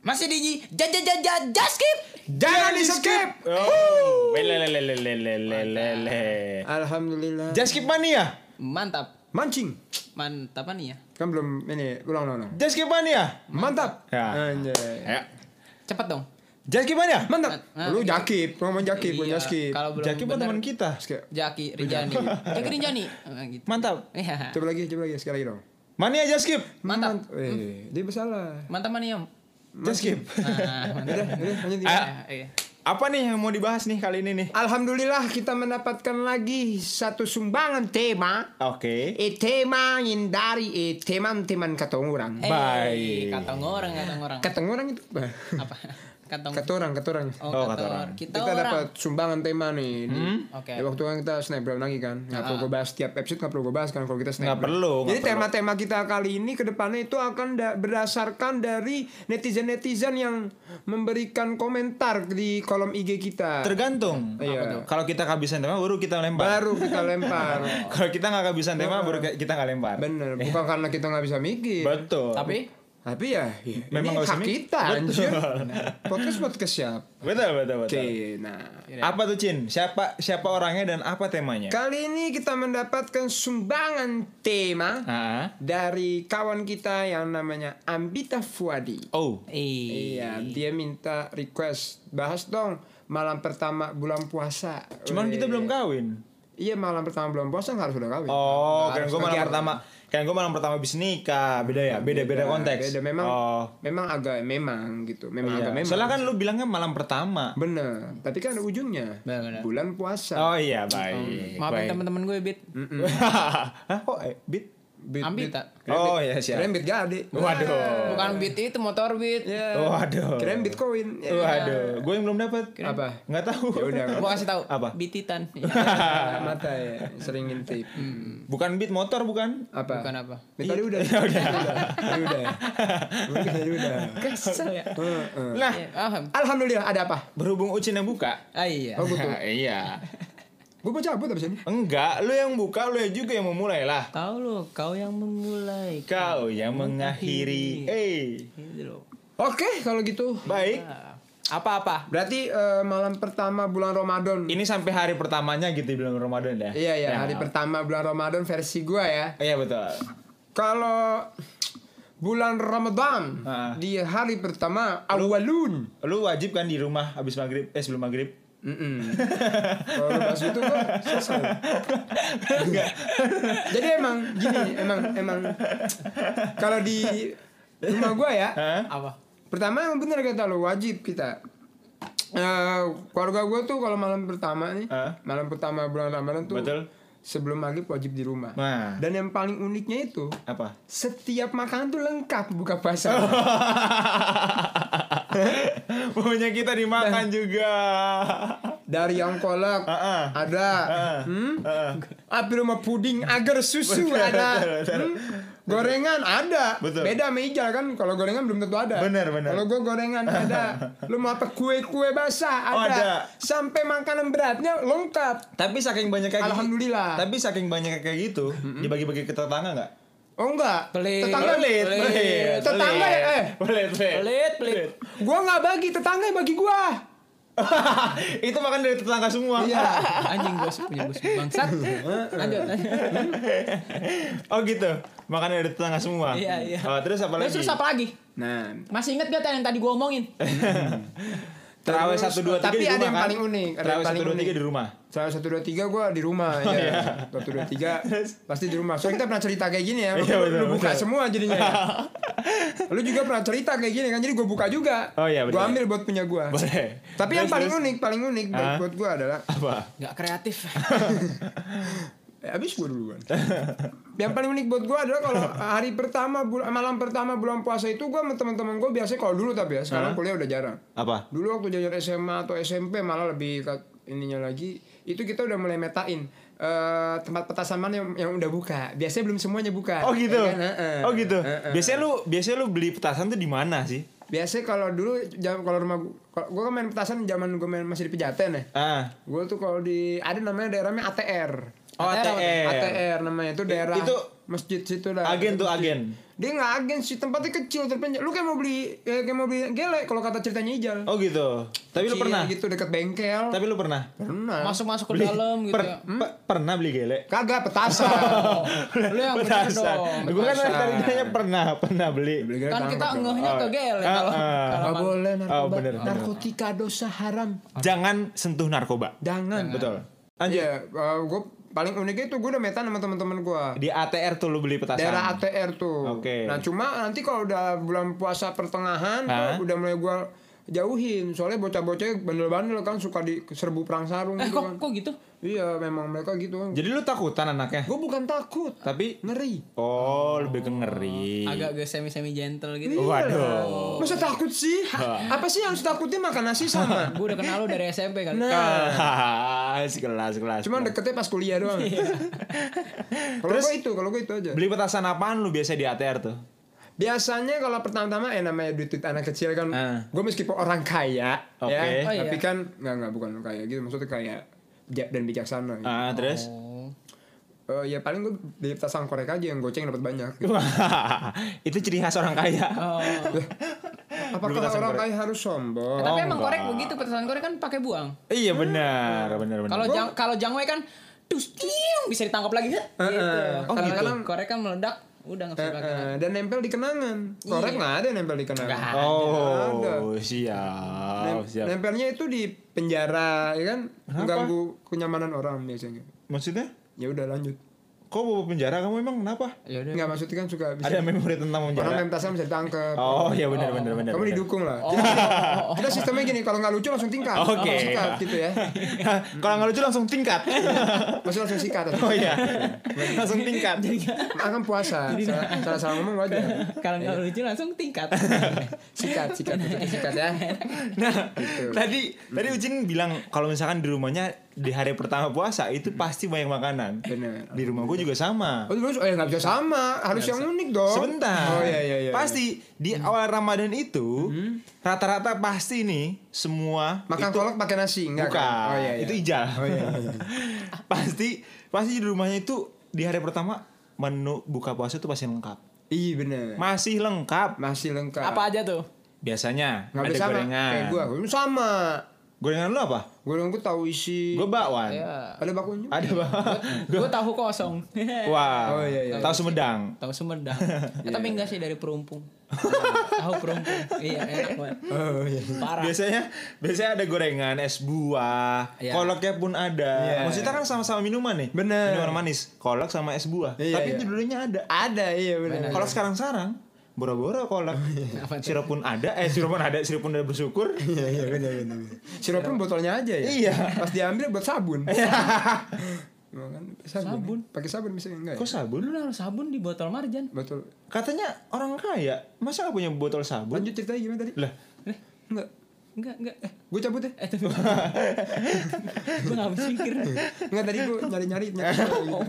Masih di ja ja ja ja ja skip. Jangan di skip. Oh. Lelelelelelelelele. Alhamdulillah. Jaskip mania. Mantap. Mancing. Mantap nih ya. Kan belum ini ulang ulang. ulang. Jaskip mania. Mantap. Ya. Anjay. Ayo. Cepat dong. Jaskip mania. Mantap. Ah, Lu iya. jakip, ngomong jakip, gua Iya, jaskip. Kalau belum Jaskip kan benar, teman kita. Skip. Jaki Rinjani. Jaki Rinjani. Eh, gitu. Mantap. Iya. Coba lagi, coba lagi sekali lagi dong. Mania Jaskip. Mantap. Hmm. Mant- eh, dia bersalah. Mantap nih Om. Jaskip. Nah, mantap. Udah, udah, lanjut. Ah. Nah, iya. Apa nih yang mau dibahas nih kali ini nih? Alhamdulillah kita mendapatkan lagi satu sumbangan tema. Oke. E tema yang dari e teman-teman katong orang. Eh, Baik. Kantong orang, kantong orang. Katong orang itu apa? Apa? Kantong. Katorang, katorang. Oh, Oh, kantong. katorang. Kita, Kita orang. dapat sumbangan tema nih. di- Hmm? Oke. Ah, di waktu kan kita snapgram lagi kan. Nggak perlu gue bahas tiap episode nggak perlu gue bahas kan kalau kita snapgram. perlu, nggak Jadi perlu. tema-tema kita kali ini ke depannya itu akan da- berdasarkan dari netizen-netizen yang memberikan komentar di kolom IG kita. Tergantung. Iya. Kalau kita kehabisan tema baru kita lempar. Baru kita lempar. Kalau kita nggak kehabisan tema baru kita nggak lempar. Bener, bukan karena kita nggak bisa mikir. Betul. Tapi Tapi ya, ya, ini Memang nggak bisa hak mikir. kita Betul. anjir. Podcast podcast siap. betul betul Iya. Oke, betul. nah. Apa tuh Cin? Siapa siapa orangnya dan apa temanya? Kali ini kita mendapatkan sumbangan tema Ah. dari kawan kita yang namanya Ambita Fuadi. Oh. eh Iya, dia minta request bahas dong malam pertama bulan puasa. Cuman Weh. kita belum kawin. Iya, malam pertama bulan puasa nggak harus udah kawin. Oh, harus kan gue malam kegiatan. pertama kan gue malam pertama bis nikah, beda ya, beda beda konteks. Iya, Beda memang Oh. memang agak memang gitu. Memang Iya. agak memang. Soalnya kan lu bilangnya malam pertama. Bener, tapi kan ada ujungnya. Bener. Bulan puasa. Oh iya, baik. Maafin baik. teman-teman gue, Bit. Hah, kok eh, bit? Bit- bit- Ambita. Oh iya siap. Kirain bit gade. Waduh. Bukan Bit itu motor Bit. Waduh. Kirain bitcoin. Ya. Waduh, gue yang belum dapat. Apa? Nggak tahu. Ya udah. nggak Gua kasih tahu. Apa? Bititan. apa-apa. Mata ya, sering ngintip. Bukan bit motor Hmm. bukan? Apa? Bukan apa. Bit tadi udah. Ya udah. Tadi udah. Udah, Tadi udah. Kesel ya. Heeh. Nah, Iya, paham. Alhamdulillah ada apa? berhubung Ucin yang buka. Ah iya. Oh betul. iya. Gue mau cabut abis ini. Enggak, lu yang buka, lu yang juga yang memulai lah. Kau lo, kau yang memulai. Kau yang mengakhiri. Eh, Gitu Nah, loh. Oke, kalau gitu. baik. Apa-apa? Berarti eh, malam pertama bulan Ramadan. Ini sampai hari pertamanya gitu di bulan Ramadan ya. Iya ya, hari pertama. pertama bulan Ramadan versi gua ya. Iya betul. Kalau bulan Ramadan Ah. di hari pertama awalun. Lu wajib kan di rumah abis maghrib, eh sebelum maghrib. Mm-mm. Kalau lu bahas itu gua selesai. Jadi emang gini, emang emang kalau di rumah gua ya, Hah? Apa? pertama emang bener kata lo wajib kita. Eh, keluarga gua tuh kalau malam pertama nih, Ah. malam pertama bulan Ramadan tuh Betul. sebelum maghrib wajib di rumah. Nah. Dan yang paling uniknya itu Apa? setiap makanan tuh lengkap buka puasa. Oh. Punya kita dimakan juga. dari yang kolak Heeh. ada Ah. hmm? api rumah puding agar susu Betul, ada betul, betul. Hmm? gorengan ada Betul. beda sama ijal kan kalau gorengan belum tentu ada Benar, benar. kalau gue gorengan ada lu mau apa kue kue basah ada, Oh, ada. sampai makanan beratnya lengkap Tapi saking banyak kayak Alhamdulillah. Tapi saking banyak kayak gitu, dibagi-bagi ke tetangga nggak? oh enggak Pelit. tetangga Pelit, pelit, tetangga pelit. ya eh Pelit, pelit. Pelit, pelit. gue nggak bagi tetangga yang bagi gue Itu makan dari tetangga semua. iya Anjing gue punya bos bangsat. Lanjut. Oh gitu. Makan dari tetangga semua. Iya, iya. Oh, terus apa Terus lagi? terus apa lagi? nah Masih inget gak yang tadi gue omongin? Terawih Terus, 1 2 3 tapi di rumah. ada yang kan? paling unik, ada yang Terawih paling 1 2 3 unik. di rumah. Salah satu dua tiga gue di rumah Oh, iya. ya. Satu dua tiga pasti di rumah. Soalnya kita pernah cerita kayak gini ya. Lu, Iya, betul, lu buka betul. semua jadinya. Ya. lu juga pernah cerita kayak gini kan. Jadi gue buka juga. Oh, iya, Gue betul. ambil buat punya gue. Boleh. Tapi yang Terus, paling terus. unik, paling unik buat- Hah? buat gue adalah. Apa? Gak kreatif. Eh, abis gue duluan. yang paling unik buat gue adalah kalau hari pertama bul- malam pertama bulan puasa itu gue sama teman-teman gue biasanya kalau dulu tapi ya sekarang kuliah udah jarang. Apa? Dulu waktu jajar SMA atau SMP malah lebih ke ininya lagi itu kita udah mulai metain eh, tempat petasan mana yang, yang udah buka. Biasanya belum semuanya buka. Oh gitu. Ya kan? Eh, Heeh. Oh gitu. Heeh. Biasanya lu biasanya lu beli petasan tuh di mana sih? biasanya kalau dulu jam kalau rumah gue gue kan main petasan zaman gue main masih di pejaten ya Ah. gue tuh kalau di ada namanya daerahnya ATR Oh, ATR. ATR namanya itu daerah itu masjid situ lah Agen tuh agen. dia nggak agen sih tempatnya kecil terpencil lu kayak mau beli eh, kayak kayak mau beli gelek kalau kata ceritanya Ijal Oh gitu. Tapi lu Kecil pernah? gitu deket bengkel Tapi lu pernah? pernah Masuk-masuk ke dalam gitu Per- ya. pe- pernah beli gelek? kagak petasan Kan Lu yang bener Petasan. dong. Gue kan petasan. tadi nanya pernah, pernah beli. Beli gelek Kan kita tangkap dong. ngehnya ke gel ya Ah, kalau ah. nggak kalau- boleh narkoba Oh, bener, bener. narkotika dosa haram Jangan sentuh narkoba. jangan Betul. Anjir. Iya, gue paling unik itu gue udah metan sama teman-teman gue Di ATR tuh lu beli petasan. Iya. daerah ATR tuh. Oke. Nah cuma nanti kalau udah bulan puasa pertengahan Hah? tuh udah mulai gue jauhin soalnya bocah-bocah bandel-bandel kan suka di serbu perang sarung Eh gitu kok kan. kok gitu? Iya memang mereka gitu kan. Jadi lu takutan anaknya? Gue bukan takut, Tapi ngeri. oh, lebih ke ngeri. Oh, Agak agak semi-semi gentle Iya. gitu. Waduh. Masa takut sih? Apa sih yang harus takutin makan nasi sama? Gue udah kenal lu dari SMP kali. Nah, Hahaha, sekelas sekelas. cuman deketnya pas kuliah doang. Iya. kalau gue itu, kalau gue itu aja. beli petasan apaan lu biasa di ATR tuh? Biasanya kalau pertama-tama eh namanya duit, duit anak kecil kan, Ah. gue meskipun orang kaya, Oke. ya, Oh, iya. tapi kan nggak nggak bukan orang kaya gitu, maksudnya kaya bijak dan bijaksana. Gitu. Ah, terus? Oh. Eh, ya paling gue beli petasan korek aja yang goceng dapat banyak. Gitu. itu ciri khas orang kaya. Oh. Apakah petasan orang korek. kaya harus sombong? Oh, Eh, Tapi Oh, emang korek enggak. begitu petasan korek kan pakai buang. Iya benar, Hmm. benar benar. Kalau jang kalau jangwe kan dus tiung, bisa ditangkap lagi gitu. Oh, Kadang-kadang korek kan meledak udah nggak bisa Eh, dipakai. eh, dan nempel di kenangan. Korek nggak ada yang nempel di kenangan. Iya. Nggak Ada. Oh, siap, Nem- Oh, siap. Nempelnya itu di penjara, ya kan? Mengganggu kenyamanan orang biasanya. Maksudnya? Ya udah lanjut. Kok bawa penjara kamu emang kenapa? Ya udah. Nggak maksudnya kan suka bisa. Iya. Ada memori tentang Orang penjara. main petasan bisa ditangkap. Iya. Oh, iya benar benar benar. Kamu benar. didukung lah. Oh, Kita sistemnya gini, kalau nggak lucu langsung tingkat. oh. Oke. Langsung Sikat gitu ya. Kalau nggak lucu langsung tingkat. Masih langsung sikat. Oh iya. Langsung tingkat. Akan puasa. Salah- nah. Salah salah ngomong wajar. Kalau nggak lucu langsung tingkat. Sikat, sikat, sikat, sikat ya. Nah, Gitu. tadi tadi Hmm. Ucin bilang kalau misalkan di rumahnya di hari pertama puasa itu Hmm. pasti banyak makanan. Bener. Di rumah gue juga sama. Oh, terus oh ya nggak bisa sama, harus yang unik dong. Sebentar. Oh iya iya iya. Hmm. Pasti di awal Ramadan itu rata-rata pasti nih semua Makan kolak pakai nasi enggak? buka. Kan? Oh iya iya. Itu ijal. Oh iya iya. pasti pasti di rumahnya itu di hari pertama menu buka puasa itu pasti lengkap. Iya benar. Masih lengkap. Masih lengkap. Apa aja tuh? Biasanya Nggak ada bisa sama. gorengan. Kayak gua, gua sama. Gorengan lu apa? Gorengan gua tahu isi. Gue bakwan. Ya. Ada bakwan juga. Ada bakwan. Gue tahu kosong. Oh, Wah. iya, iya. Tahu Sumedang. tahu Sumedang. Eh, Tapi enggak sih dari Perumpung. tahu Perumpung. Iya, enak banget. Oh iya. Parah. Biasanya biasanya ada gorengan, es buah, Iya. kolaknya pun ada. Iya. Maksudnya kan sama-sama minuman nih. Bener. Minuman manis, kolak sama es buah. Iya, Tapi iya. itu dulunya ada. Ada iya benar. Kalau sekarang-sarang boro-boro kolak. Oh, sirup pun ada, eh sirup pun ada, sirup pun udah bersyukur. Iya iya benar benar. Sirup pun botolnya aja ya. Iya. Pas diambil buat sabun. Makan sabun. ya? Sabun. Pakai sabun misalnya enggak ya? Kok sabun? Lu naruh sabun di botol marjan. Betul. Katanya orang kaya, masa gak punya botol sabun? Lanjut ceritanya gimana tadi? Lah, Enggak. Enggak, enggak. Eh, Gue cabut ya? deh. eh tapi gue gak habis pikir. Enggak tadi gue nyari-nyari nyari. Oh,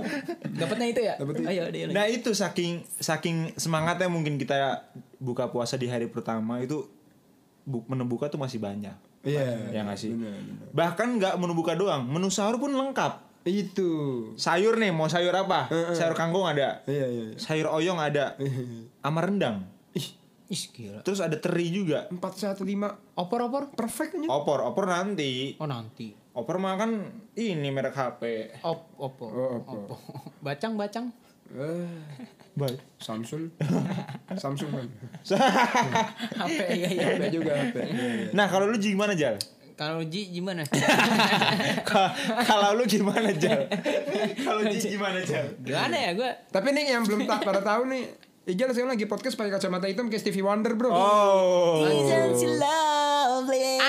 dapatnya itu ya? Dapet itu. Ayo, deh. nah itu saking saking semangatnya mungkin kita buka puasa di hari pertama itu bu, menu buka tuh masih banyak. Iya. Ya nggak sih? benar, benar. Bahkan nggak menu buka doang, menu sahur pun lengkap. Itu. Sayur nih, mau sayur apa? Sayur kangkung ada. Iya iya. iya. Sayur oyong ada. Sama rendang. Ih, gila. Terus ada teri juga. Empat satu lima Opor-opor? perfect aja. Opor, opor nanti. Oh, nanti. Opor mah kan ini merek HP. Op, opo. Oh, opo. Bacang-bacang. Eh, Baik. Samsung. Samsung kan. HP, iya, iya. Ada juga HP. Nah, kalau lu gimana, Jal? Kalau Ji gimana? Ka- kalau lu gimana, Jal? kalau Ji gimana, Jal? Gimana ya gue? Tapi nih yang belum tak pada tahu nih, Ijal sekarang lagi podcast pakai kacamata hitam kayak Stevie Wonder, Bro. Oh.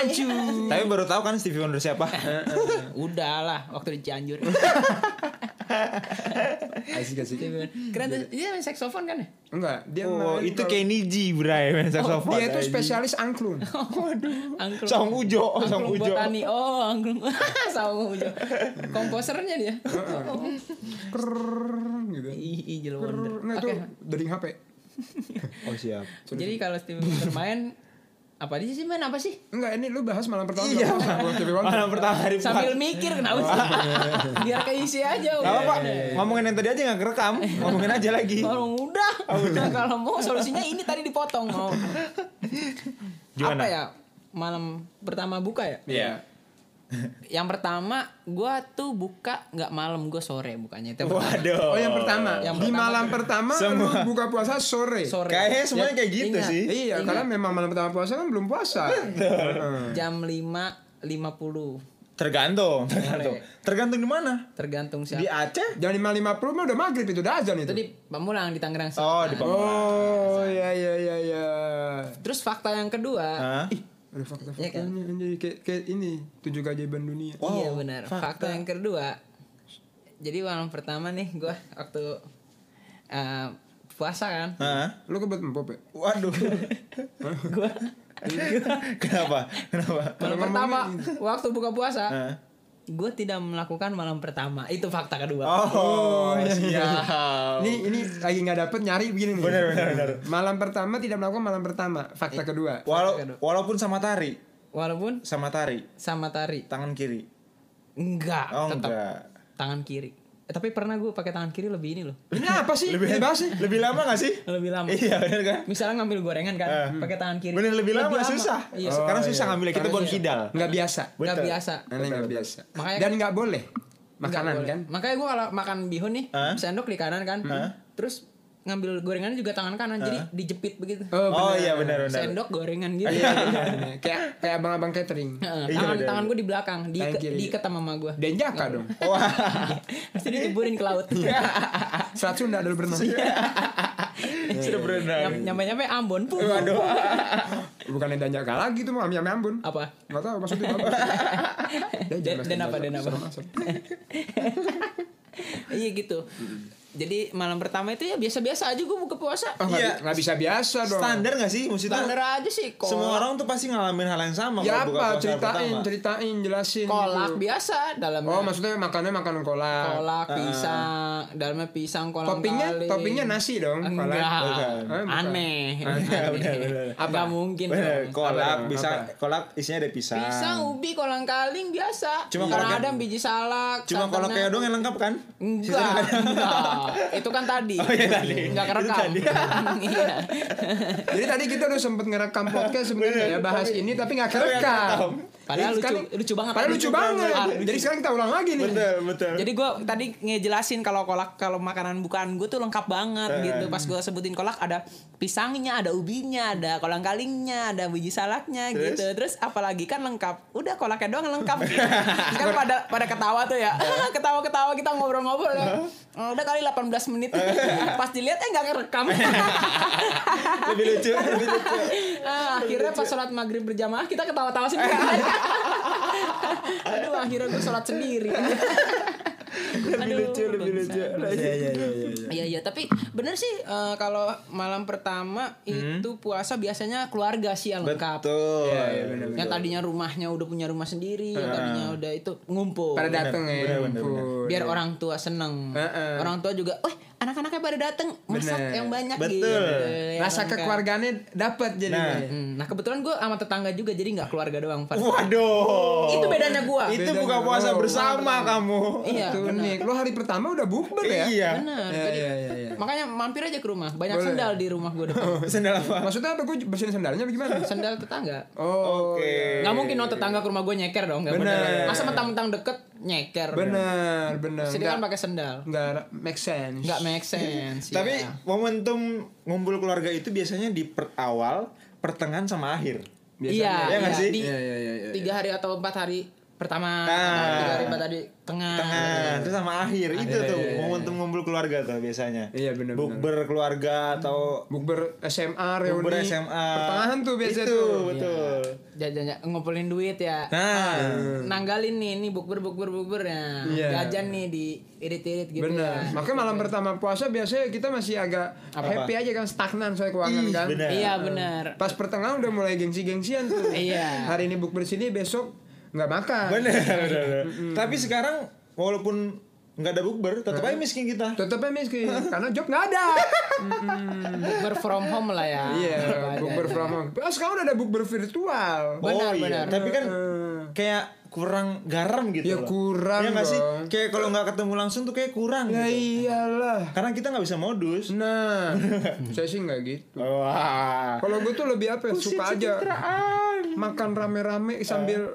Anju. Tapi baru tahu kan Stevie Wonder siapa? Udahlah, waktu di Cianjur. Asik asik. Iya. Keren tuh. Dia main saksofon kan ya? Enggak, dia Oh, main itu kalau- Kenny G, bray, main saxophone. dia itu spesialis angklung. Angklung. Sang Ujo, Sang Angklung Ujo. botani. Oh, angklung. Sang Ujo. Komposernya dia. Krrrr, gitu. Ih, ih, jelek Krrrr. wonder. Nah, itu Oke. dari HP. Oh, siap. Jadi kalau Steve bermain Apa di sih main apa sih? Enggak, ini lu bahas malam pertama. Iya. nggak apa-apa, gua TV One. Malam pertama hari Sambil Jumat. mikir kenapa sih? Biar keisi aja. Gak apa-apa, ngomongin yang tadi aja gak kerekam Ngomongin aja lagi Kalau udah, udah kalau mau solusinya ini tadi dipotong. Oh. Gimana? Apa ya? Malam pertama buka ya? Iya. Yang pertama gua tuh buka nggak malam, gua sore bukanya. Itu Waduh Oh, yang pertama. di Yang pertama malam pertama lu Semua. buka puasa sore. sore. Kayaknya semuanya Ya, kayak gitu ingat, sih. Iya, Ingat. karena memang malam pertama puasa kan belum puasa. Heeh. Jam 5.50 Tergantung Tergantung Tergantung di mana? tergantung Di siapa. Aceh? Jam 5.50 mah udah maghrib itu udah azan itu. Itu di Pamulang di Tangerang. Selatan. Oh di Pamulang Oh, iya iya iya iya. Terus fakta yang kedua, Hah? Ada fakta-faktanya anjay kayak, kayak ini tujuh keajaiban dunia. iya Wow, benar. Fakta. yang kedua, jadi malam pertama nih gua waktu eh, puasa kan, Hah? Lu kebat empop ya? Waduh gua Kenapa? Kenapa? malam pertama waktu buka puasa, Hah? gua tidak melakukan malam pertama. Itu fakta kedua. Oh, siap Ini ini Hmm. lagi nggak dapet nyari begini nih. Benar, benar, benar. Malam pertama tidak melakukan malam pertama. Eh. Fakta kedua. Walau, walaupun sama tari Walaupun Sama tari sama tari, Tangan kiri enggak, Oh tetap enggak tangan kiri. Eh, tapi pernah gue pakai tangan kiri lebih ini loh, Ini apa sih? lebih, Ini bahas sih. lebih lama gak sih? lebih lama. Iya bener kan? Misalnya ngambil gorengan kan, Eh. pakai tangan kiri. Bener lebih, lama, susah. Iya, Oh, Sekarang susah ngambilnya kita Karena bukan susah. kidal. Nggak biasa. nggak Betul. biasa. Ini nggak biasa. Makanya- kan- Dan nggak boleh makanan Nggak boleh. kan. Makanya gue kalau makan bihun nih, Hah? sendok di kanan kan, Eh. terus ngambil gorengannya juga tangan kanan, jadi dijepit begitu. Oh, Oh iya benar benar. sendok gorengan gitu. Iya, benar, benar. kayak kayak abang-abang catering. Heeh, Iya, tangan iya, tangan gue di belakang, di Tangan kiri. diikat sama mama gue. Dan jaka dong. Wah, Pasti ditiburin ke laut. Serat Sunda ada berenang. Iya. Iya, sudah berenang. Nyam- Nyampe-nyampe Ambon pun. Bukannya dan jaka lagi tuh mau ambil ambun. Apa? Enggak tahu maksudnya apa. Dan- dan apa, dan apa? Iya gitu. Jadi malam pertama itu ya biasa-biasa aja gue buka puasa. Ah, Iya. Oh, Nggak bisa biasa dong. Ya Standar gak sih maksudnya? Standar aja sih kolak. Semua orang tuh pasti ngalamin hal yang sama Ya kalau buka apa? puasa Ceritain, pertama. ceritain, jelasin. kolak gitu. biasa dalamnya. Oh maksudnya makannya makanan kolak. kolak pisang dalamnya pisang kolang Toppingnya, kaling. toppingnya nasi dong. enggak Bukan. Eh, bukan. aneh Iya, benar, benar. apa mungkin Bener, dong. kolak dong, bisa apa? kolak isinya ada pisang. pisang ubi kolang kaling biasa cuma Cuma kolak- kadang biji salak Cuma santan kolak nangka. kayak doang yang lengkap kan? enggak enggak itu kan tadi Oh, iya, tadi. enggak Itu kerekam tadi. Iya. Jadi tadi kita udah sempet ngerekam podcast sebenarnya ya bahas ini tapi nggak Tapi nggak kerekam. kerekam. Jadi Padahal lucu- sekarang- lucu banget. Padahal lucu Lucu banget. banget. Jadi sekarang kita ulang lagi nih. Betul, betul. Ya. jadi gue tadi ngejelasin kalau kolak kalau makanan bukan gue tuh lengkap banget Eh. gitu pas gue sebutin kolak ada pisangnya ada ubinya ada kolang kalingnya ada biji salaknya Terus? gitu terus apalagi kan lengkap udah kolaknya doang lengkap Terus kan pada pada ketawa tuh ya Eh. ketawa ketawa kita ngobrol-ngobrol ya. udah kali 18 menit pas dilihat eh nggak ngerekam lebih lucu, lebih lucu. Ah, akhirnya pas sholat maghrib berjamaah kita ketawa-tawa sendiri aduh akhirnya gue sholat sendiri Lebih Aduh, lucu, lebih lucu. bangsat. Iya, iya, iya, iya. Iya iya tapi bener sih eh, kalau malam pertama itu puasa biasanya keluarga sih yang lengkap. Hmm. Betul. Iya, iya, benar. Yang tadinya rumahnya udah punya rumah sendiri, Ah. yang tadinya udah itu ngumpul. Pada dateng ya. bener, bener, ampun. biar orang tua seneng. Ah, Heeh. Orang tua juga, "Wah, anak-anaknya pada dateng, masak Bener. yang banyak Betul. gitu." yang Rasa lengkap. kekeluargaannya dapat jadi. gitu Nah. Hmm, Nah, kebetulan gue sama tetangga juga jadi nggak keluarga doang, Far. Waduh. Itu bedanya gua. Itu Bedanya buka puasa lu. bersama kamu. Iya, Itu bener. unik. Lo hari pertama udah bukber ya? Iya. Bener. Iya, Jadi, iya, iya, iya. Makanya mampir aja ke rumah. Banyak Boleh. sendal di rumah gue depan. Sendal apa? Maksudnya apa? Gue bersihin sendalnya apa gimana? sendal tetangga. Oh, Oke. iya. Nggak mungkin dong tetangga ke rumah gue nyeker dong. Nggak Bener. mungkin. Masa mentang-mentang deket nyeker. Benar, benar. Sedangkan pakai sendal. Enggak make sense. Nggak make Iya. sense. ya. Tapi momentum ngumpul keluarga itu biasanya di per- awal, pertengahan sama akhir. iya, Iya iya, nggak sih? Di Iya, iya, iya, iya. ya. tiga hari atau empat hari pertama, Nah. tiga hari empat hari tengah. Iya. Tengah, terus sama akhir. Nah, Itu tuh momentum ngumpul keluarga tuh biasanya. Iya, bener, Bukber keluarga atau Bukber SMA, Iya, reuni. bukber SMA. Pertengahan tuh biasa Itu, tuh. Iya. betul. Jajan, jajan- ngumpulin duit ya. Nah, Nanggalin nih, nih bukber bukber bukber ya. Iya. Jajan nih di irit-irit gitu Benar. ya. Makanya malam pertama puasa biasanya kita masih agak happy aja kan stagnan soal keuangan Ih, kan. bener. Iya benar. Pas pertengahan udah mulai gengsi-gengsian tuh. Iya. Hari ini bukber sini besok nggak makan. bener, bener, bener. Tapi sekarang walaupun nggak ada bukber tetap aja miskin kita Tetapnya miskin karena job nggak ada. Bukber from home lah ya. Hmm. Iya, Ada. bukber from home. Oh, sekarang udah ada bukber virtual. Benar, oh iya benar. tapi kan kayak kurang garam gitu Ya, loh. kurang ya nggak sih dong. kayak kalau nggak ketemu langsung tuh kayak kurang Ya gitu. iyalah. karena kita nggak bisa modus Nah, saya sih nggak gitu. wah Kalau gue tuh lebih apa? ya, Suka aja makan rame-rame sambil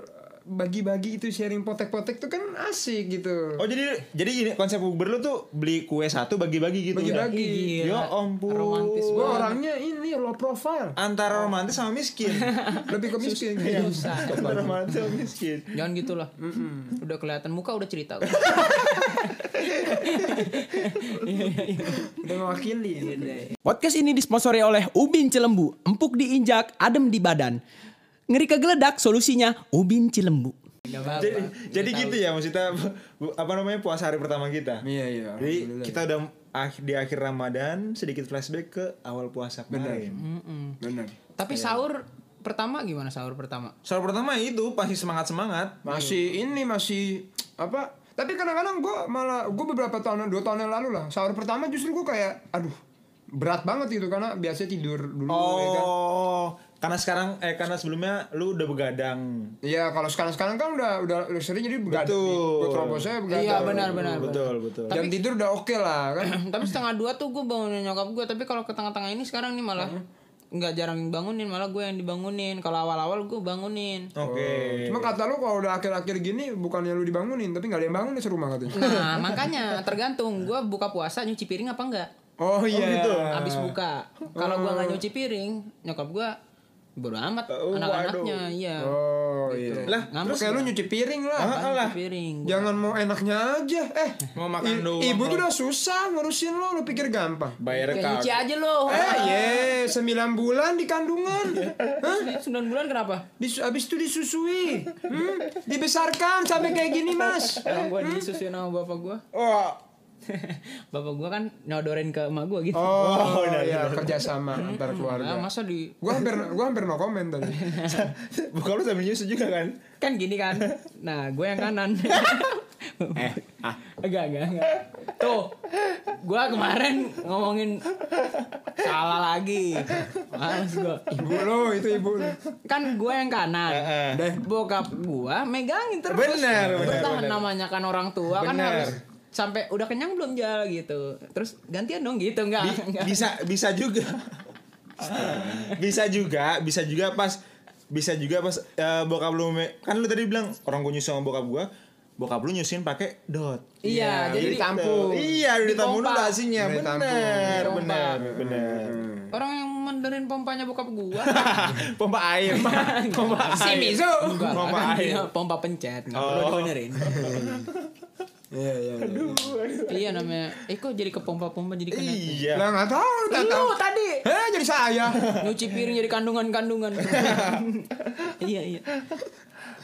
bagi-bagi itu sharing potek-potek tuh kan asik gitu. Oh jadi jadi gini konsep bukber lu tuh beli kue satu bagi-bagi gitu ya? Bagi-bagi. Iya. Ih, Ya gila. ampun. Romantis Oh. Gue banget. orangnya ini low profile, Antara romantis sama miskin. lebih ke miskin. Iya. Iya, Susah. Antara romantis sama miskin. Jangan gitu lah. Udah kelihatan muka udah cerita. Udah gitu. mewakili. Iya, Podcast ini disponsori oleh Ubin Cilembu. Empuk diinjak, adem di badan. Ngeri kegeledak, solusinya Ubin Cilembu. Gak Jadi, apa-apa. jadi gitu ya maksudnya bu- apa namanya puasa hari pertama kita. Iya iya. Jadi kita udah ak- di akhir Ramadan sedikit flashback ke awal puasa kemarin. Mm. Benar. Tapi sahur pertama gimana sahur pertama? Soal pertama itu pasti semangat semangat. Masih ini masih apa? Tapi kadang-kadang gue malah gue beberapa tahun dua tahun yang lalu lah sahur pertama justru gue kayak aduh berat banget gitu karena biasanya tidur dulu ya kan. Oh karena sekarang eh karena sebelumnya lu udah begadang. Iya kalau sekarang sekarang kan udah udah, udah sering jadi begadang. Betul. Gue terobosnya begadang. Iya benar-benar. Betul betul. Jam tidur udah oke lah kan. Tapi setengah dua tuh gue bangunin nyokap gue. Tapi kalau ke tengah-tengah ini sekarang nih malah nggak jarang bangunin, malah gue yang dibangunin. Kalau awal-awal gue bangunin. Oke. Cuma kata lu kalau udah akhir-akhir gini bukannya lu dibangunin tapi nggak ada yang bangunin serumah katanya. Nah makanya tergantung gue buka puasa nyuci piring apa enggak. Oh iya. gitu. Abis buka. Kalau gue nggak nyuci piring, nyokap gue bodo amat Oh, anak-anaknya. waduh. Iya. Oh iya. Lah Ngambek Terus kayak lu nyuci piring lah. Ah, nyuci lah. piring. Gua- Jangan mau enaknya aja. Eh, Mau makan i- doang, Ibu tuh lo. udah susah ngurusin lo, lu pikir gampang. bayar Kayak kagak. Ya, nyuci aja lo. Eh, ye, 9 bulan di kandungan. Hah? Sembilan bulan kenapa? Dis- abis itu disusui. Hmm? Dibesarkan sampai kayak gini, Mas. Orang gue disusuin sama bapak gue. Wah. Bapak gue kan nyodorin ke emak gue gitu. Oh, iya, kerjasama antar keluarga. Nah, masa di Gua hampir gua hampir no comment tadi. Bukan lu sambil nyusu juga kan? kan gini kan nah gue yang kanan eh ah. enggak enggak enggak tuh gue kemarin ngomongin salah lagi males gue Ibu lo itu ibu lo. kan gue yang kanan Heeh. bokap gue megangin terus Eh, Bener, bener, bertahan bener. namanya kan orang tua kan Bener. harus sampai udah kenyang belum jal gitu terus gantian dong gitu enggak Bi- enggak. bisa bisa juga bisa juga bisa juga pas bisa juga pas eh, bokap lu me- kan lu tadi bilang orang gue nyusul sama bokap gue bokap lu nyusin pakai dot iya Iya, jadi jadi tampung. iya udah ditampung dulu Dipompa. asinya Ditampung. bener Dipompa. bener bener orang yang menderin pompanya bokap gue pompa air pompa si air Mizu Enggak lah, pompa kan air dia pompa pencet nggak perlu Oh. dibenerin Iya, iya. iya. iya namanya eh kok jadi ke pompa pompa jadi kena iya Lah enggak tahu, tak tahu. lu tadi Eh, jadi saya. nyuci piring jadi kandungan kandungan iya iya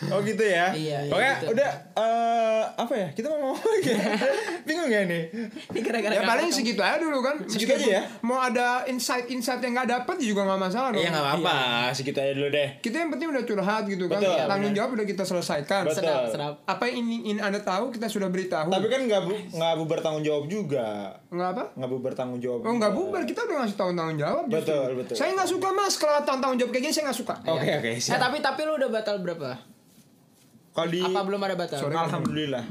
oh gitu ya Iya, iya, oke gitu. udah eh, apa ya kita mau ngomong lagi bingung ya gak nih ini gara-gara ya kamu paling kan. segitu aja dulu kan. Segitu aja ya? Mau ada insight-insight yang nggak dapat juga nggak masalah dong. Iya nggak apa-apa segitu aja dulu deh Kita yang penting udah curhat gitu kan. Betul. Tanggung jawab udah kita selesaikan. Betul. sedap sedap Apa yang ingin Anda tahu kita sudah beritahu. tapi kan nggak bu- nggak bu bertanggung jawab juga Nggak apa? nggak bu bertanggung jawab Oh nggak bubar, kita udah ngasih tahu tanggung jawab. justru. Betul, betul. Saya nggak suka mas kalau tanggung tanggung jawab kayak gini saya nggak suka. oke oke eh siap tapi tapi lu udah batal berapa kalau di apa belum ada batal Sorry. alhamdulillah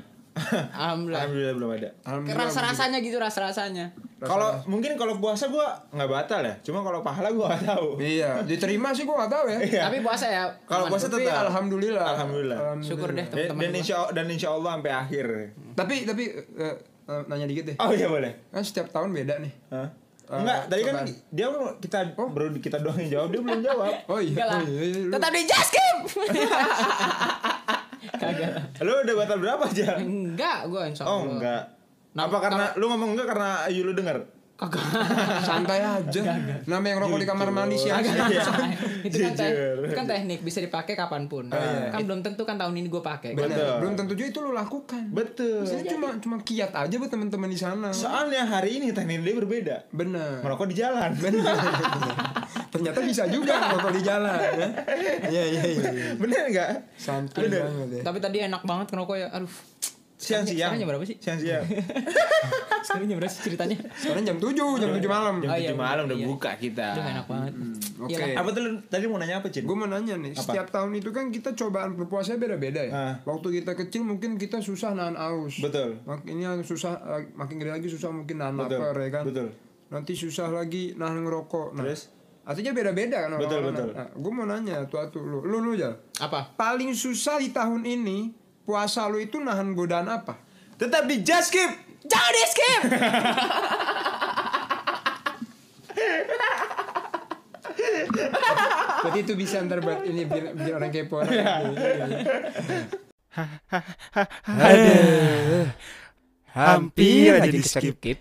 alhamdulillah alhamdulillah belum ada Alhamdulillah. rasa rasanya gitu rasa rasanya kalau mungkin kalau puasa gua nggak batal ya cuma kalau pahala gua nggak tahu Iya, diterima sih gua nggak tahu ya. tapi puasa ya kalau aman. puasa Tapi Iya. tetap alhamdulillah. Alhamdulillah. syukur deh dan, teman-teman dan insya dan insya Allah sampai akhir Tapi tapi eh, eh, nanya dikit deh. oh iya boleh Kan setiap tahun beda nih. Hah? Enggak, tadi kan cobaan. dia mau- kita baru kita doang yang jawab, dia belum jawab. Oh iya. Enggak lah. oh iya, iya, lu- tetap di jaskim kagak lah. Lu udah batal berapa aja? enggak gue insya Allah Oh, enggak. Nah, Apa karena lu ngomong enggak karena ayu lu denger? kagak Santai aja. Nama yang rokok di kamar mandi sih. Iya. itu kan, te- Jujur. Ah, iya. itu kan teknik bisa dipakai kapanpun kan belum tentu kan tahun ini gue pakai kan? Betul. Belum tentu juga itu lu lakukan. Betul. Ini cuma cuma kiat aja buat teman-teman di sana. Soalnya hari ini teknik dia berbeda. Benar. Merokok di jalan. Ternyata bisa juga merokok di jalan. ya. Iya iya iya. iya. Bener enggak? Santai banget ya. Iya. tapi tadi enak banget ngerokok ya aduh siang siang. Sekarang jam berapa sih? Siang siang. Sekarang jam berapa sih ceritanya? Sekarang jam 7, jam 7 malam. Jam Oh, iya, tujuh malam udah iya. buka kita. Aduh gak enak banget. Hmm. Oke. Iya, Apa tuh lu- tadi mau nanya apa Cin? Gue mau nanya nih, setiap tahun itu kan kita cobaan berpuasa beda-beda ya. Ah. Waktu kita kecil mungkin kita susah nahan haus. Betul. Makinnya susah, eh, makin gede lagi susah mungkin nahan Betul, lapar ya kan. betul. Nanti susah lagi nahan ngerokok. Nah, Terus? Artinya beda-beda kan. Betul, betul. gue mau nanya tuh tuh lu, lu lu ya. Apa? Paling susah di tahun ini puasa lu itu nahan godaan apa? Tetap di Just Keep. Jangan di skip! Berarti itu bisa ntar buat ini biar, biar orang kepo. orang Iya. Iya, kepo. Hampir aja di skip.